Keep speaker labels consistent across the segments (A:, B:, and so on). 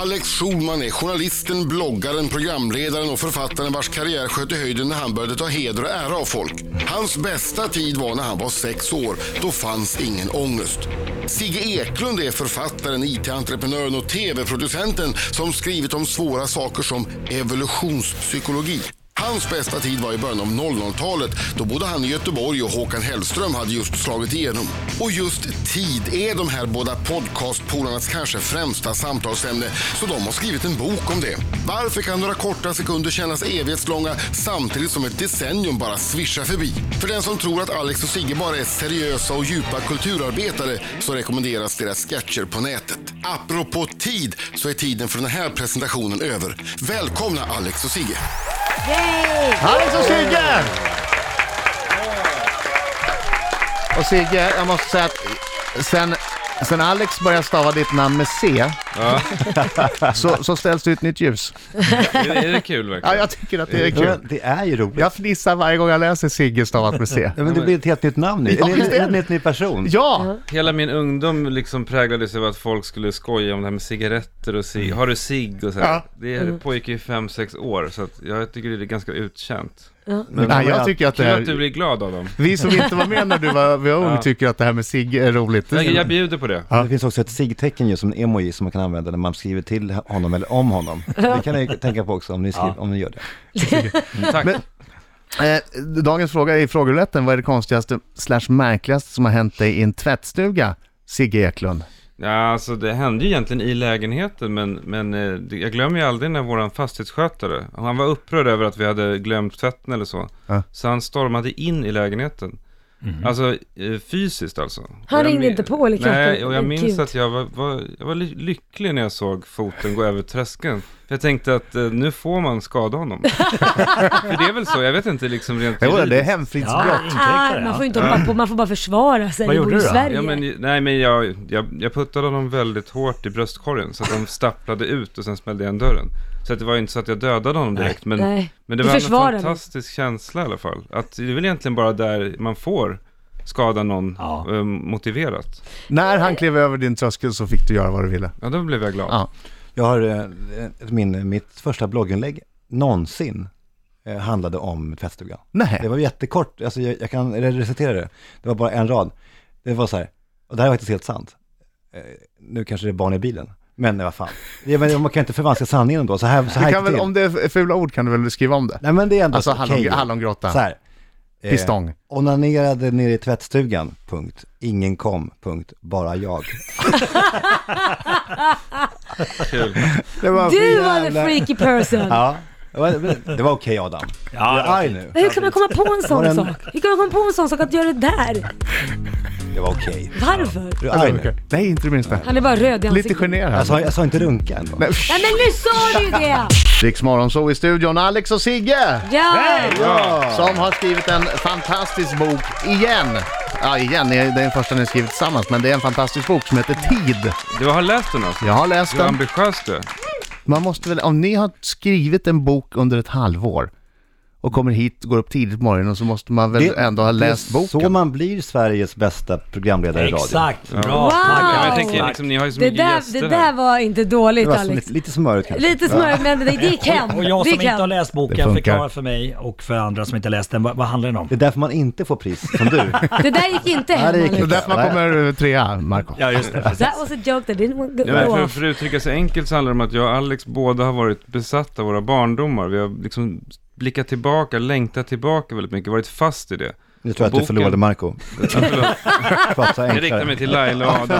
A: Alex Schulman är journalisten, bloggaren, programledaren och författaren vars karriär sköt i höjden när han började ta heder och ära av folk. Hans bästa tid var när han var sex år. Då fanns ingen ångest. Sigge Eklund är författaren, IT-entreprenören och TV-producenten som skrivit om svåra saker som evolutionspsykologi. Hans bästa tid var i början av 00-talet. Då bodde han i Göteborg och Håkan Hellström hade just slagit igenom. Och just tid är de här båda podcastpolarnas kanske främsta samtalsämne, så de har skrivit en bok om det. Varför kan några korta sekunder kännas evighetslånga samtidigt som ett decennium bara svischar förbi? För den som tror att Alex och Sigge bara är seriösa och djupa kulturarbetare så rekommenderas deras sketcher på nätet. Apropå tid så är tiden för den här presentationen över. Välkomna Alex och Sigge!
B: Yay!
C: Alex och Sigge! Och Sigge, jag måste säga att sen, sen Alex började stava ditt namn med C, så, så ställs det ut nytt ljus.
D: Är, är det kul
C: Ja,
D: verkligen?
C: jag tycker att det är
E: Ja,
C: kul.
E: det är ju roligt. Ja,
C: Jag fnissar varje gång jag läser Sigge stavat med C.
E: men det blir ett helt nytt namn nu.
C: Ja,
E: Eller
C: visst är
E: en,
C: det.
E: en helt ny person.
C: Ja!
D: Hela min ungdom liksom präglades av att folk skulle skoja om det här med cigaretter och cig. Har du cigg och så här.
C: Ja.
D: Det är- pågick ju i fem, sex år så att jag tycker det är ganska utkänt.
E: Men
C: Nej,
E: vad
C: jag
E: är-
C: tycker att det
D: Kul att du
C: här,
D: blir glad av dem.
C: vi som inte var med när du var, var ung
D: Ja.
C: tycker att det här med Sigge är roligt.
D: Jag, jag bjuder på det.
E: Det finns också ett sigtecken ju som en emoji som man kan använda när man skriver till honom eller om honom. Det kan ni tänka på också om ni, skriver, om ni gör det.
D: Tack.
C: Men- Eh, dagens fråga i frågerätten, vad är det konstigaste slash märkligaste som har hänt dig i en tvättstuga, Sigge Eklund?
D: Ja, alltså det hände ju egentligen i lägenheten men, men eh, det- jag glömmer ju aldrig när våran fastighetsskötare, han var upprörd över att vi hade glömt tvätten eller så.
C: Ja.
D: Så han stormade in i lägenheten. Alltså eh, fysiskt alltså.
B: Han
D: Och jag
B: ringde
D: min-
B: inte på eller
D: Nej,
B: knackade?
D: och jag minns
B: Gud.
D: att jag var, var, jag var ly- lycklig när jag såg foten gå över tröskeln. För jag tänkte att eh, nu får man skada honom. För det är väl så, jag vet inte liksom rent
C: Jo, det är
D: juridiskt.
C: hemfridsbrott.
B: Ah, man får inte hoppa på, man får bara försvara sig.
F: Vad
B: Vi
F: gjorde
B: bor i
F: du då?
B: Sverige.
D: Ja, men, nej men jag, jag, jag puttade honom väldigt hårt i bröstkorgen så att de stapplade ut och sen smällde jag igen dörren. Så att det var ju inte så att jag dödade honom direkt men,
B: Nej.
D: men det
B: Du
D: var
B: försvarade
D: en
B: dig.
D: fantastisk känsla i alla fall. Att det är väl egentligen bara där man får skada någon
F: Ja.
D: eh, motiverat.
C: När han klev över din tröskel så fick du göra vad du ville.
D: Ja, då blev jag glad.
C: Ja.
E: Jag har eh, ett minne, mitt första blogginlägg någonsin eh, handlade om tvättstugan. Det
C: Nej.
E: var jättekort, alltså jag, jag kan recitera det. Det var bara en rad. Det var så här, och det här är faktiskt helt sant. Eh, nu kanske det är barn i bilen, men nej, vad fan. Ja, men man kan inte förvanska sanningen ändå, så här, så här
C: Du
E: gick
C: kan
E: det
C: väl,
E: till.
C: om det är fula ord kan du väl skriva om det?
E: Nej men det är ändå
C: Alltså
E: okej.
C: hallong, hallongrotta,
E: Så här. eh,
C: pistong.
E: Onanerade nere i tvättstugan, punkt. Ingen kom, punkt. Bara jag.
D: Kul.
C: Det var
B: Du var the
E: jävla-
B: freaky person.
E: Ja, det var, det var okej Adam.
F: Ja,
E: jag är arg nu.
B: Hur kan man komma på en
E: Var
B: sån
E: den-
B: sak? Hur kan man komma på en sån sak att göra det där?
E: Det var okej.
B: Varför?
E: Du är
C: Alltså,
E: arg
C: okej.
E: nu.
C: Nej, inte det minsta.
E: Alltså,
B: Han är bara röd
C: Lite
B: i ansiktet.
C: generad.
E: Jag sa, jag sa inte runka ändå.
C: Nej,
B: Nej men nu sa du ju det!
C: Riks Morgonzoo i studion, Alex och Sigge!
B: Ja!
C: Som har skrivit en fantastisk bok igen. Ja, igen, det är den första ni skrivit tillsammans, men det är en fantastisk bok som heter Tid.
D: Du har läst den alltså?
C: Jag har läst
D: Du är
C: den.
D: ambitiös du.
C: Man måste väl, om ni har skrivit en bok under ett halvår och kommer hit, går upp tidigt på morgonen, och så måste man väl ändå ha läst
E: det är
C: boken?
E: så man blir Sveriges bästa programledare i radio.
F: Exakt, bra.
B: Wow!
D: Ja, men jag
F: Tack,
D: tänker
F: tack.
D: liksom, ni har ju så
B: Det
D: mycket
B: där,
D: gäster
B: det
D: här.
B: där var inte
E: Det
B: dåligt
E: var som
B: Alex.
E: lite, lite smörigt kanske.
B: Lite smörigt men det gick hem.
F: Och jag
B: Det
F: som
B: gick
F: inte har
B: hem.
F: läst
C: Det
F: boken,
C: funkar.
F: förklara för mig och för andra som inte har läst den, vad, vad handlar den om?
E: Det är därför man inte får pris som du.
B: Det där gick inte
E: Ja,
B: hem
E: det gick
C: Det är
B: Alex.
C: därför man kommer eh, trea, Marco.
F: Ja, just det.
B: That was a joke that didn't
D: Ja, men
B: go
D: för,
B: off.
D: för att uttrycka sig enkelt så handlar det om att jag och Alex båda har varit besatta av våra barndomar. Vi har liksom blickat tillbaka, längtat tillbaka väldigt mycket, varit fast i det.
E: Nu tror jag att
D: Boken.
E: du förlorade Marco.
D: Ja, förlåt.
E: Prata
D: Jag riktar
E: enklare.
D: mig till Laila och Adam.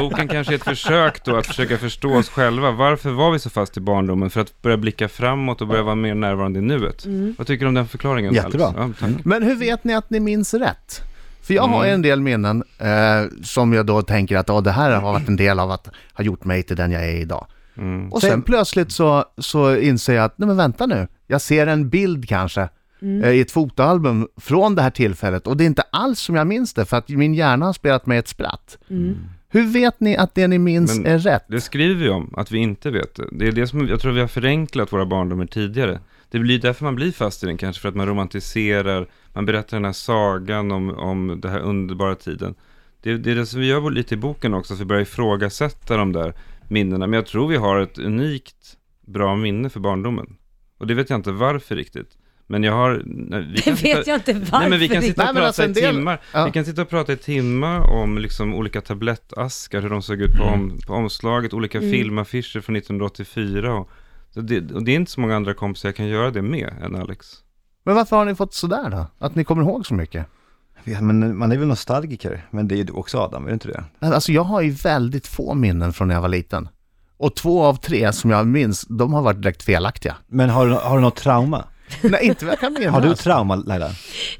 D: Boken kanske är ett försök då att försöka förstå oss själva. Varför var vi så fast i barndomen? För att börja blicka framåt och börja vara mer närvarande i nuet. Vad tycker du om den förklaringen?
E: Jättebra. Mm.
D: Alex? Ja, tack.
C: Men hur vet ni att ni minns rätt? För jag
D: Mm.
C: har en del minnen eh, som jag då tänker att ah, det här har varit en del av att ha gjort mig till den jag är idag.
D: Mm.
C: Och sen plötsligt så, så inser jag att, nej men vänta nu, jag ser en bild kanske eh, i ett fotoalbum från det här tillfället och det är inte alls som jag minns det för att min hjärna har spelat mig ett spratt. Hur vet ni att det ni minns
D: Men-
C: är rätt?
D: Det skriver vi om, att vi inte vet det. Det är det som, jag tror vi har förenklat våra barndomar tidigare. Det blir därför man blir fast i den kanske, för att man romantiserar, man berättar den här sagan om, om den här underbara tiden. Det, det är det som vi gör lite i boken också, att vi börjar ifrågasätta de där minnena. Men jag tror vi har ett unikt bra minne för barndomen. Och det vet jag inte varför riktigt. Men jag har... nej, vi
B: Det
D: kan sitta-
B: vet jag inte varför.
D: Nej men vi kan
B: riktigt.
D: sitta och
C: Nej, men
D: prata
C: alltså
D: i
C: en del-
D: timmar.
C: Ja.
D: Vi kan sitta och prata i timmar om liksom olika tablettaskar, hur de såg ut på, om, på omslaget, olika filmaffischer från 1984 och, så det, och det är inte så många andra kompisar jag kan göra det med än Alex.
C: Men varför har ni fått sådär då? Att ni kommer ihåg så mycket?
E: Ja, men man är väl nostalgiker, men det är ju du också Adam, är det inte det?
C: Men Alltså jag har ju väldigt få minnen från när jag var liten. Och två av tre som jag minns, de har varit direkt felaktiga.
E: Men har, du- har du något trauma?
C: Nej, inte vad jag kan minnas.
E: Har
B: Alltså-
E: du trauma Laila?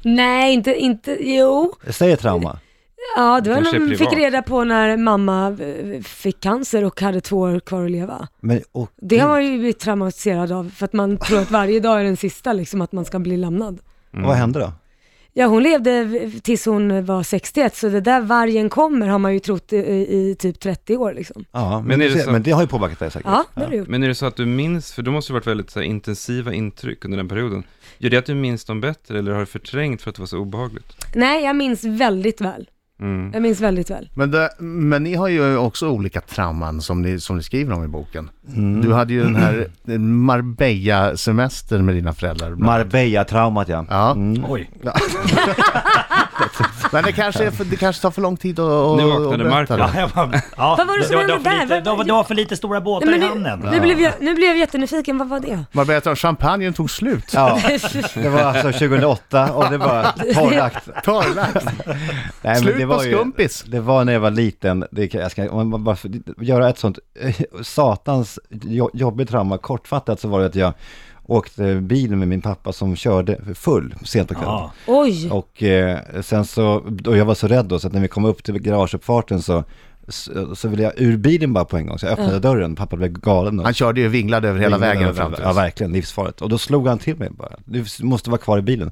B: Nej, inte, inte, jo.
E: Jag säger trauma.
B: Ja, det var
D: Kanske
B: när
D: är
B: man fick
D: privat.
B: reda på när mamma eh, fick cancer och hade två år kvar att leva.
E: Men, och,
B: Det har man ju blivit traumatiserad av, för att man tror att varje dag är den sista, liksom att man ska bli lämnad.
E: Vad hände då?
B: Ja, hon levde v- tills hon var 61, så det där vargen kommer har man ju trott i, i typ 30 år liksom.
E: Ja, men,
D: Men är det
E: det,
D: så-
E: men det har ju påverkat dig säkert.
B: Ja, det har du gjort.
D: Men är det så att du minns, för det måste ju varit väldigt så här, intensiva intryck under den perioden. Gör det att du minns dem bättre eller har du förträngt för att det var så obehagligt?
B: Nej, jag minns väldigt väl.
D: Mm.
B: Jag minns väldigt väl.
C: Men, det, men ni har ju också olika trauman som ni, som ni skriver om i boken. Du hade ju den här Marbella-semestern med dina föräldrar.
E: Marbella-traumat ja.
C: ja.
F: Oj.
C: Men det kanske, är för, det kanske tar för lång tid att, att
D: Nu vaknade
C: att berätta
D: Marco.
C: det.
F: Ja, jag bara, ja,
B: Vad var det som
F: var-
B: hände
F: var för
B: där?
F: lite-
B: Vad-
F: Det var, det var för lite stora båtar
B: Nej,
F: i
B: men nu,
F: hamnen.
B: nu, blev jag, nu blev jag jättenyfiken, vad var det?
C: Marbella, tar- champagnen tog slut.
E: Ja, det var alltså 2008 och det var torrlagt.
C: Torrlagt.
E: Nej,
C: Slut
E: det
C: på skumpis.
E: Ju, det var när jag var liten, det, kan- jag ska, om man bara får göra ett sånt eh, satans jo, jobbigt trauma, kortfattat så var det att jag åkte bil med min pappa som körde full sent på kvällen.
F: Ja.
B: Oj!
E: Och eh, sen så, och jag var så rädd då så att när vi kom upp till garageuppfarten så, så, så ville jag ur bilen bara på en gång, så jag öppnade dörren, pappa blev galen. då.
C: Han körde ju vinglade över hela
E: Ringde
C: vägen
E: över-
C: fram till
E: Ja,
C: oss.
E: verkligen, livsfarligt. Och då slog han till mig bara. Du måste vara kvar i bilen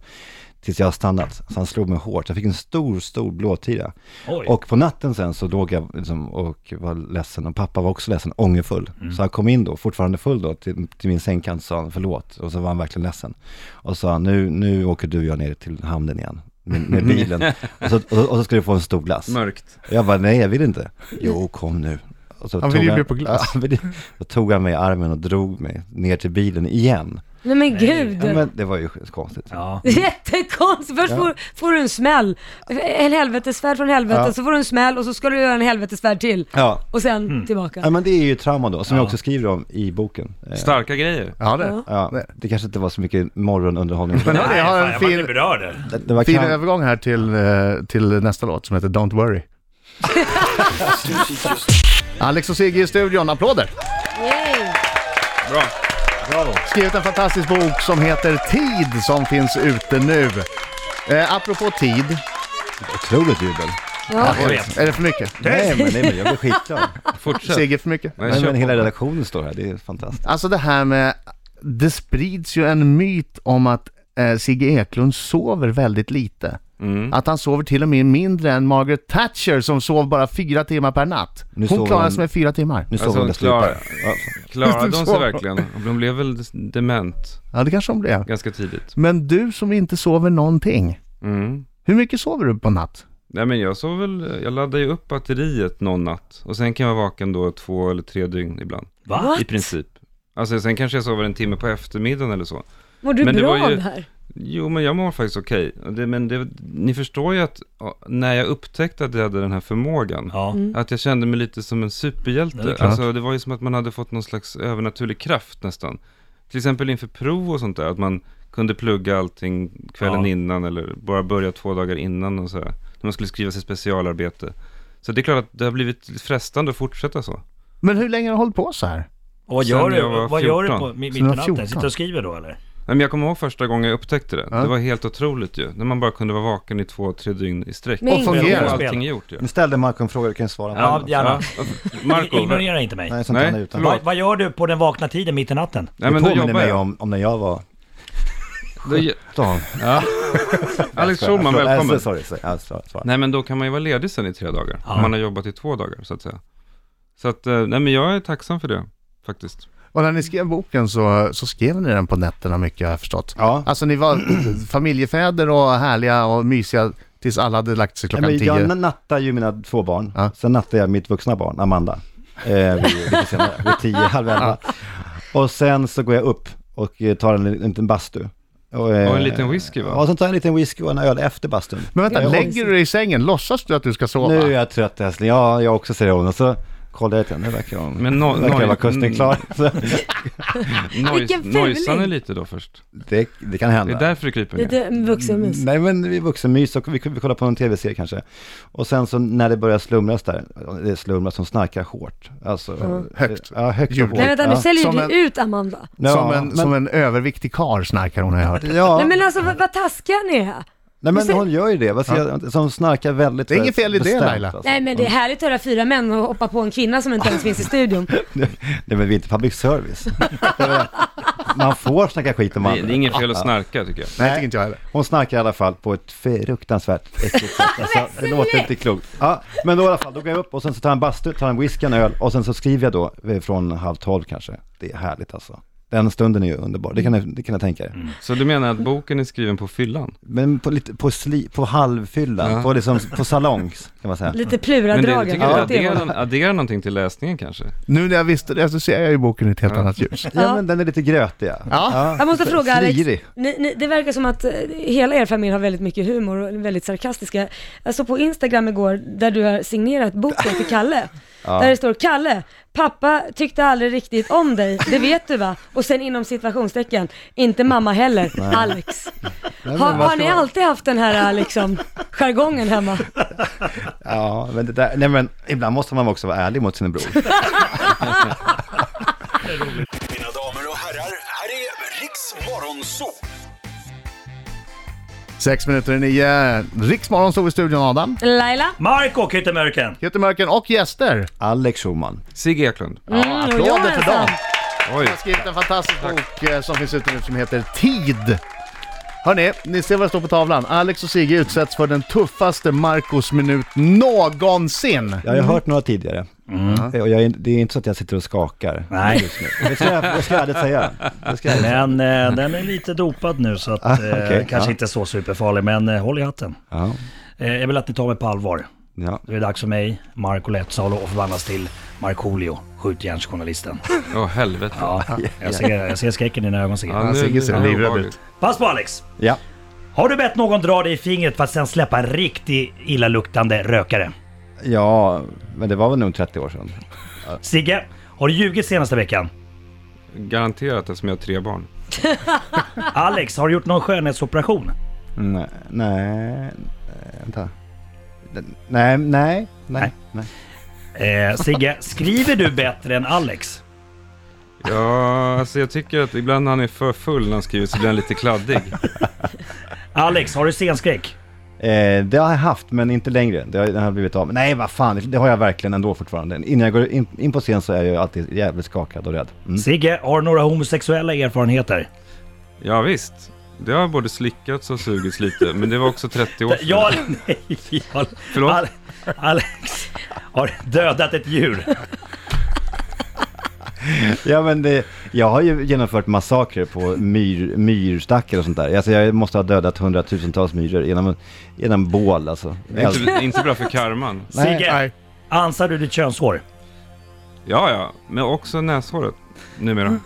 E: tills jag har stannat. Så han slog mig hårt. Jag fick en stor, stor blåtira.
F: Oj.
E: Och på natten sen så låg jag liksom och var ledsen. Och pappa var också ledsen, ångerfull. Så han kom in då, fortfarande full då, till, till min sängkant och sa han förlåt. Och så var han verkligen ledsen. Och sa han, nu, nu åker du och jag ner till hamnen igen. Med, med bilen. och, så, och, så- och så ska du få en stor glass.
D: Mörkt.
E: Och Jag bara, nej jag vill inte. Jo, kom nu. Och så
C: Han vill ju bli på glass.
E: Ja, han vill- Då tog han mig i armen och drog mig ner till bilen igen.
B: Nej men gud!
E: Ja, men det var ju konstigt.
F: Ja.
B: Jättekonstigt! Först får, får du en smäll, en helvetesfärd från helvetet, så får du en smäll och så ska du göra en helvetesfärd till.
E: Ja.
B: Och sen
E: ja,
D: Mm.
B: tillbaka.
E: men det är ju trauma då, som jag
F: Ja.
E: också skriver om i boken. Eh,
D: Starka grejer.
C: Ja, det.
E: Ja, det kanske inte var så mycket morgonunderhållning.
C: Men hörni,
F: Nej,
C: jag har
F: fan,
C: en
F: jag vart
C: fin,
F: lite berörd. där.
E: det, det var
C: fin
E: kan...
C: övergång här till, eh, till nästa låt som heter Don't Worry. Alex och Sigge i studion, applåder!
B: Yay.
D: Bra.
C: Skrivit en fantastisk bok som heter Tid som finns ute nu. Eh, apropå tid,
E: Otroligt jubel.
B: Ja.
F: Jag vet.
C: är det för mycket?
E: Nej men, nej, men jag blir skitglad.
D: Fortsätt.
C: Sigge för mycket?
D: Nej,
E: Men,
D: kör
E: men
D: på.
E: hela redaktionen står här, det är fantastiskt.
C: Alltså det här med, det sprids ju en myt om att eh, Sigge Eklund sover väldigt lite.
E: Mm.
C: Att han sover till och med mindre än Margaret Thatcher som sov bara fyra timmar per natt.
E: Nu
C: Hon
E: sover
C: klarar
E: hon-
C: sig med fyra timmar.
E: Nu
D: Alltså,
E: sover alltså,
D: klar.
E: jag
D: Klarade hon sig
C: Så.
D: verkligen? Hon blev väl dement
C: Ja, det kanske hon blev.
D: ganska tidigt.
C: Men du som inte sover någonting,
D: Mm.
C: hur mycket sover du på natt?
D: Nej men jag sov väl, jag laddade ju upp batteriet någon natt och sen kan jag vara vaken då två eller tre dygn ibland.
F: Va?
D: I princip. Alltså sen kanske jag sover en timme på eftermiddagen eller så.
B: Mår du
D: Men det
B: bra
D: var ju-
B: av det här?
D: Jo men jag mår faktiskt okej. Det- Men det, ni förstår ju att ja, när jag upptäckte att jag hade den här förmågan,
F: Ja.
D: att jag kände mig lite som en superhjälte.
F: Ja, det är klart.
D: alltså det var ju som att man hade fått någon slags övernaturlig kraft nästan. Till exempel inför prov och sånt där, att man kunde plugga allting kvällen
F: Ja.
D: innan eller bara börja två dagar innan och så här. När man skulle skriva sitt specialarbete. Så det är klart att det har blivit frestande att fortsätta så.
C: Men hur länge har du hållit på så här?
F: Och vad
D: Sen
F: gör du,
D: jag var
F: vad gör du
D: 14.
F: på mi- mitt i
C: Sen jag var
F: natten?
C: 14.
F: Sitter du och skriver då eller?
D: Nej, Men jag kommer ihåg första gången jag upptäckte det.
C: Ja.
D: Det var helt otroligt ju. När man bara kunde vara vaken i två, tre dygn i sträck.
B: Men-
D: Och
C: Och fungerar?
F: Ja.
D: allting gjort ju.
E: Nu ställde Marco en fråga, du kan ju svara på
F: Ja,
E: den.
F: gärna.
D: Marco,
F: Ignorera inte mig.
E: Nej, sånt
D: Nej,
E: han är utan.
D: förlåt.
F: Vad, vad gör du på den vakna tiden mitt i natten?
D: Nej,
E: det
D: men då
E: påminner
D: jobbar
E: mig
D: jag.
E: om, om när jag var
D: Då,
E: Dan.
D: ja. Alex Schulman,
E: Förlåt,
D: välkommen.
E: alltså, Sorry, sorry. Ja, svar- svar.
D: Nej men då kan man ju vara ledig sen i tre dagar.
F: Ja.
D: Om man har jobbat i två dagar så att säga. Så att, eh, nej men jag är tacksam för det faktiskt.
C: Och när ni skrev boken så, så skrev ni den på nätterna mycket har jag förstått.
E: Ja.
C: Alltså ni var familjefäder och härliga och mysiga tills alla hade lagt sig klockan
E: Nej, men
C: tio.
E: jag nattar ju mina två barn.
C: Ja.
E: Sen nattar jag mitt vuxna barn, Amanda. Eh, vid, lite senare, vid tio, halv elva. Och sen så går jag upp och eh, tar en, en liten bastu. Och, eh,
D: Och en liten whisky, va?
E: Ja, och sen tar jag en liten whisky och en öl efter bastun.
C: Men vänta,
E: Ja, och-
C: lägger du dig i sängen? Låtsas du att du ska sova?
E: Nu är jag trött älskling. Ja, jag också säger hon. Och så kollar jag lite, nu verkar hon...
D: Men no,
E: verkar
D: noj-
E: vara kusten klar. Så
D: Nojs,
B: Vilken fuling.
D: nojsan är lite då först.
E: det, det kan
D: Det
E: hända.
D: är därför det kryper ner.
B: Lite vuxenmys.
E: Nej men vi är vuxenmys och vi, vi kollar på någon tv-serie kanske. Och sen så när det börjar slumras där, det slumras som snarkar hårt. Alltså,
C: Högt.
E: Ja, högt och
C: Ljudligt.
E: hårt.
B: Nej vänta, nu
E: ja.
B: säljer
C: Som
B: du
C: en-
B: ut Amanda.
E: Ja,
C: som, en,
E: men-
C: som en överviktig karl snarkar hon har jag hört.
E: Ja,
B: Nej men alltså vad, vad taskiga ni är.
E: nej men
B: du ser-
E: hon gör ju det. Vad ser jag, som snarkar väldigt
C: Det är inget fel i det,
E: bestämt,
C: Laila.
E: alltså.
B: Nej men det är härligt att höra fyra män och hoppa på en kvinna som inte ens finns i studion.
E: Nej men vi är inte public service. Man får snacka skit om
D: Det,
E: andra.
D: det är inget
C: Ah.
D: fel att snarka tycker jag.
C: Nej, tycker inte jag heller.
E: Hon snarkar i alla fall på ett fruktansvärt äckligt sätt. Alltså, det låter inte klokt. Ja, men då i alla fall, då går jag upp och sen så tar jag en bastu, tar en whisky, en öl och sen så skriver jag då eh, från halv tolv kanske. Det är härligt alltså. Den stunden är ju underbar, det kan, jag- det kan jag tänka er.
D: Så du menar att boken är skriven på fyllan?
E: Men på, lite, på, sli, på halvfyllan,
D: Ja.
E: på, liksom, på salongs kan man säga.
B: Lite
D: Men det, jag
B: pluradragen.
D: tycker det
B: åt det
D: adderar,
B: hållet.
D: adderar någonting till läsningen kanske.
C: Nu när jag visste det så ser jag ju boken i ett helt annat ljus.
E: Ja, men den är lite grötig. Ja. Ja.
B: Jag måste fråga Alex,
E: Slirig.
B: ni, ni, det verkar som att eh, hela er familj har väldigt mycket humor och är väldigt sarkastiska. Jag såg på Instagram igår där du har signerat boken till Kalle. Där det står Kalle, pappa tyckte aldrig riktigt om dig, det vet du va? Och sen inom situationstecken, inte mamma heller, Alex. Har,
E: vad
B: har
E: ska
B: ni
E: man-
B: alltid haft den här eh, liksom, jargongen hemma?
E: Ja, men det där, nej men ibland måste man också vara ärlig mot sin bror.
G: Mina damer och herrar, här är Riks Morgonzoo!
C: Sex minuter i nio. Riksmorgon stod i studion, Adam.
B: Laila?
F: Marko Kyttemörken!
C: Göte Mörken och gäster.
E: Alex Schumann.
D: Sigge Eklund.
B: Mm, och
C: Applåder för
B: Johansson.
C: dem.
D: Oj.
C: Jag har skrivit en fantastisk bok eh, som finns ute nu som heter Tid. Hörni, ni ser vad det står på tavlan. Alex och Sigge utsätts för den tuffaste Marcos-minut någonsin.
E: Jag har ju hört några tidigare. Eh, Och jag, är- det är inte så att jag sitter och skakar.
F: Nej,
E: Det ska jag, det ska jag ärligt säga. Det ska jag ärligt säga.
F: men eh, den är lite dopad nu så att eh,
E: okej,
F: kanske
E: ja.
F: inte så superfarlig, men eh, håll i hatten.
E: Ja.
F: Eh, jag vill att ni tar mig på allvar.
E: Ja.
F: Nu är det dags för mig, Marco Lehtsalo, att förvandlas till Markoolio, skjutjärnsjournalisten.
D: Åh helvete.
F: Ja, jag ser, jag ser skräcken i dina ögon Sigge. Mm.
D: nu-
C: Sigge ser
D: nu är det
C: livrädd
D: obehagligt.
F: Pass på Alex!
E: ja.
F: Har du bett någon dra dig i fingret för att sen släppa en riktig illaluktande rökare?
E: Ja, men det var väl nog 30 år sedan.
F: Sigge, har du ljugit senaste veckan?
D: Garanterat eftersom jag har tre barn.
F: Alex, har du gjort någon skönhetsoperation?
D: Mm.
E: Nej, nej, eh, vänta. Den- Nej, nej, nej. nej.
F: Eh, Sigge, skriver du bättre än Alex?
D: Ja, alltså jag tycker att ibland när han är för full när han skriver så blir han lite kladdig.
F: Alex, har du scenskräck?
E: Eh, det har jag haft, men inte längre. Det har, den har blivit av. Nej, vad fan, det har jag verkligen ändå fortfarande. Innan jag går in, in på scen så är jag ju alltid jävligt skakad och rädd. Mm.
F: Sigge, har du några homosexuella erfarenheter?
D: Ja, visst. Det har både slickats och sugits lite, men det var också 30 år sedan.
F: Ja eller nej? Ja,
D: Förlåt?
F: Ale- Alex, har du dödat ett djur?
E: Ja, men det, jag har ju genomfört massakrer på myr, myrstackar och sånt där. Alltså, jag måste ha dödat hundratusentals myror genom, genom bål alltså.
D: Det är Inte, det är inte bra för karman.
E: Nej.
F: Sigge, ansar du ditt könshår?
D: Ja, ja, men också näshåret numera.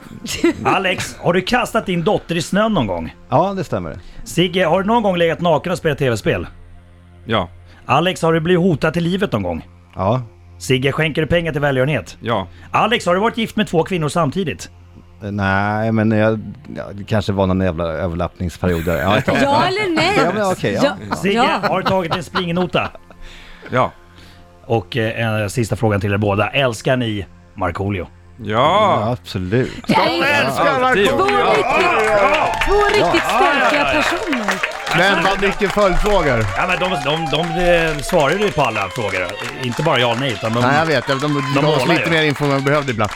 F: Alex, har du kastat din dotter i snön någon gång?
E: Ja, det stämmer.
F: Sigge, har du någon gång legat naken och spelat tv-spel?
D: Ja,
F: Alex, har du blivit hotad till livet någon gång?
E: Ja,
F: Sigge, skänker du pengar till välgörenhet?
D: ja.
F: Alex, har du varit gift med två kvinnor samtidigt?
E: Nej, men jag, ja, det kanske var någon jävla överlappningsperiod där. Ja, ja.
B: Ja eller nej?
E: Ja, men okej, ja.
F: Sigge,
B: Ja.
F: har du tagit en springnota?
D: Ja.
F: Och eh, en sista frågan till er båda. Älskar ni Markoolio?
D: Ja!
E: absolut.
D: älskar Marco!
B: Två riktigt, två riktigt starka personer.
C: Men vad mycket följdfrågor.
F: Ja, men de, de, de, eh, svarade ju på alla frågor. Inte bara ja och nej, utan de...
C: Nej, jag vet. De, de, de gav oss
F: målar
C: lite
F: ju.
C: mer info än vi behövde ibland.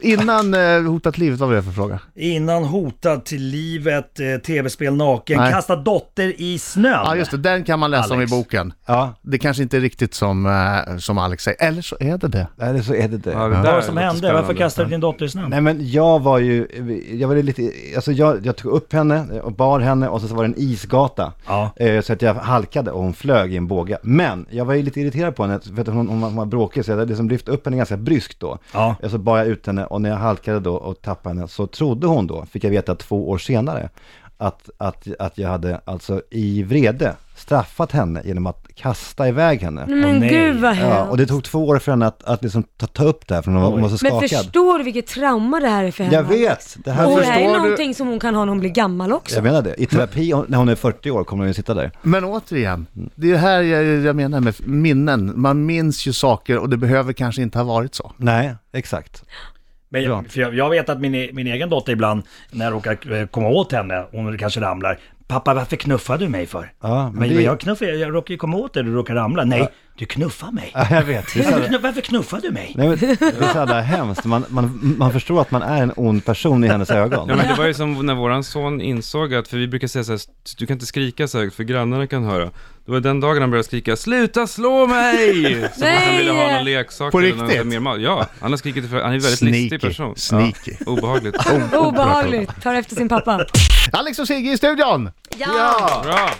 C: Innan eh, Hotat livet, vad var det för fråga?
F: Innan hotad till livet, eh, tv-spel naken,
C: Nej.
F: kasta dotter i snön.
C: Ja, just det. Den kan man läsa om i
F: Alex.
C: boken.
E: Ja,
C: Det kanske inte är riktigt som, eh, som Alex säger. Eller så är det det.
E: eller så är det det.
D: Ja, det
F: Vad
D: där
F: var det som
D: låter
F: hände? Varför
D: spännande.
F: kastade du din dotter i snön?
E: Nej men jag var ju, jag var lite, alltså jag, jag tog upp henne och bar henne och sen så var det en isgata.
F: Ja.
E: Eh, Så att jag halkade och hon flög i en båge. Men jag var ju lite irriterad på henne, för att hon, hon, var- hon var bråkig, så jag hade liksom lyft upp henne ganska bryskt då.
F: Ja.
E: Och Så bar jag ut henne och när jag halkade då och tappade henne så trodde hon då, fick jag veta två år senare, att, att, att jag hade alltså i vrede straffat henne genom att kasta iväg henne.
F: Åh,
B: Men
F: nej.
B: gud vad hemskt.
E: Ja, och det tog två år för henne att, att liksom ta, ta upp det här, för hon var, hon var så skakad.
B: Men förstår du vilket trauma det här är för henne?
E: Jag vet! Det här
B: Och det
E: förstår
B: här är
C: du-
B: någonting som hon kan ha när hon blir gammal också.
E: Jag menar det. I terapi, hon- när hon är 40 år, kommer hon ju sitta där.
C: Men återigen, det är här jag, jag menar med minnen. Man minns ju saker och det behöver kanske inte ha varit så.
E: Nej, exakt.
F: Men
C: Bra.
F: jag, för jag, jag vet att min, e- min egen dotter ibland, när jag råkar eh, komma åt henne, hon kanske ramlar. Pappa, varför knuffar du mig för?
E: Ja, men
F: men
E: det-
F: jag knuffar, jag, jag råkar ju komma åt dig, du råkar ramla. Nej, du knuffar mig.
E: Ja, jag vet. Visst är
F: Varför,
E: det?
F: knu- varför knuffar du mig?
E: Nej, men, det är så jävla hemskt. Man, man, man förstår att man är en ond person i hennes ögon.
D: Ja, men det var ju som när våran son insåg att, för vi brukar säga så här, du kan inte skrika så högt för grannarna kan höra. Det var den dagen han började skrika, sluta slå mig! Som att han ville ha någon leksak
C: På
D: eller någon-
C: riktigt?
D: mer mat. Ja, han har skrikit för, han är en väldigt listig
C: Sneaky.
D: person.
C: Sneaky. Oh.
D: Ja, obehagligt.
B: Obehagligt, tar efter sin pappa.
C: Alex och Sigge i studion!
B: Ja!
D: Bra!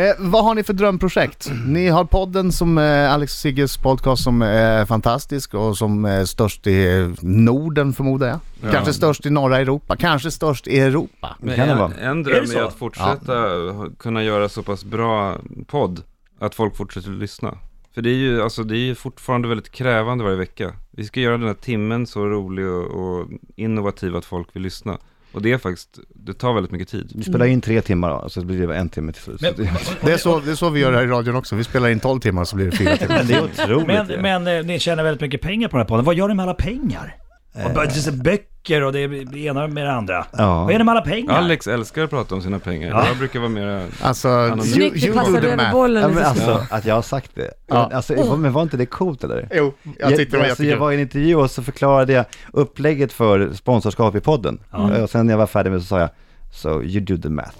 C: Eh, vad har ni för drömprojekt? Ni har podden som eh, Alex och Sigges podcast som är fantastisk och som är störst i eh, Norden förmodar jag. Kanske störst i norra Europa, kanske störst i Europa.
D: Men
E: kan det vara.
D: en, en
F: Är
D: dröm
F: det
D: är,
F: så?
D: att fortsätta ha- kunna göra så pass bra podd att folk fortsätter att lyssna. För det är ju, alltså, det är ju fortfarande väldigt krävande varje vecka. Vi ska göra den här timmen så rolig och, och innovativ att folk vill lyssna. Och det är faktiskt, det tar väldigt mycket tid.
E: Vi spelar in tre timmar då, så blir det bara en timme till slut.
F: Men-
E: Så det-
C: Det är, så, det är så vi gör här i radion också, vi spelar in 12 timmar så blir det 4 timmar.
E: Men det är otroligt ju.
F: Men, men eh, ni tjänar väldigt mycket pengar på den här podden. Vad gör ni med alla pengar? Och bara- det är böcker och det är det ena med det andra.
E: Eh. Ja.
F: Vad är det med alla pengar?
D: Alex älskar att prata om sina pengar. Jag brukar vara mer...
C: Alltså, you,
B: Snyggt
C: you
B: du
C: do
B: passade
C: the
B: över
C: math.
E: Ja,
B: bollen.
E: men alltså, att jag har sagt det.
C: Ja.
E: Alltså, var- men var inte det coolt eller?
C: Jo, jag tyckte det var
E: alltså, jag
C: jättekul.
E: var i en intervju och så förklarade jag upplägget för sponsorskap i podden. Och sen när jag var färdig med det så sa jag, so you do the math.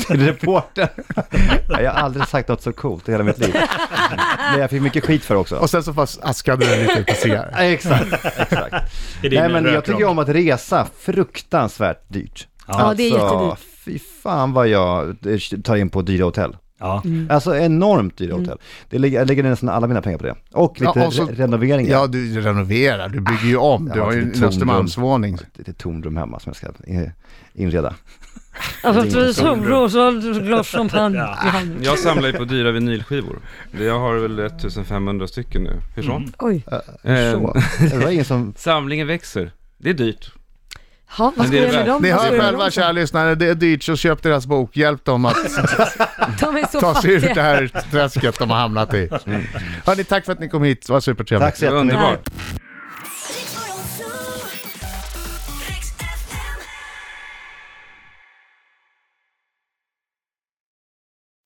E: Till reportern. Ja, jag har aldrig sagt något så coolt i hela mitt liv. Men jag fick mycket skit för det också.
C: Och sen så fast askade den lite på cigarr.
E: Ja, Exakt, exakt.
F: Är det
E: Nej
F: ni
E: men jag
F: röker
E: tycker om att resa, fruktansvärt dyrt. Alltså,
B: Ja, det är jättedyrt.
E: Fy fan vad jag eh, tar in på dyra hotell.
F: Ja.
E: Alltså enormt
B: Mm.
E: dyra hotell. Det ligger, jag lägger nästan alla mina pengar på det. Och lite
C: Ja, och så-
E: re- renoveringar.
C: Ja, du renoverar, du bygger ju om, du
E: Ja,
C: har ju
E: det är
C: en
E: tomrum.
C: Östermalmsvåning.
E: lite tomrum hemma som jag ska in- inreda.
B: Solros, glas champagne.
D: Jag samlar ju på dyra vinylskivor. Jag har väl 1500 stycken nu. Hur så?
B: Oj,
D: Eh,
E: Mm. Så. Det var ingen som...
D: samlingen växer. Det är dyrt.
B: ha, vad
D: Men
B: ska
D: det är
B: jag göra med
D: väl-
B: dem?
C: Ni
B: Vad ska
C: hör
B: jag göra med
C: själva
B: dem?
C: kära lyssnare, det är dyrt så köp deras bok, hjälp dem att
B: De är så
C: ta sig ur det
B: fattiga. Mm.
C: här träsket de har hamnat i. Hörni, tack för att ni kom hit, det var supertrevligt.
E: Tack så
D: Det var
E: jättemycket.
D: underbart.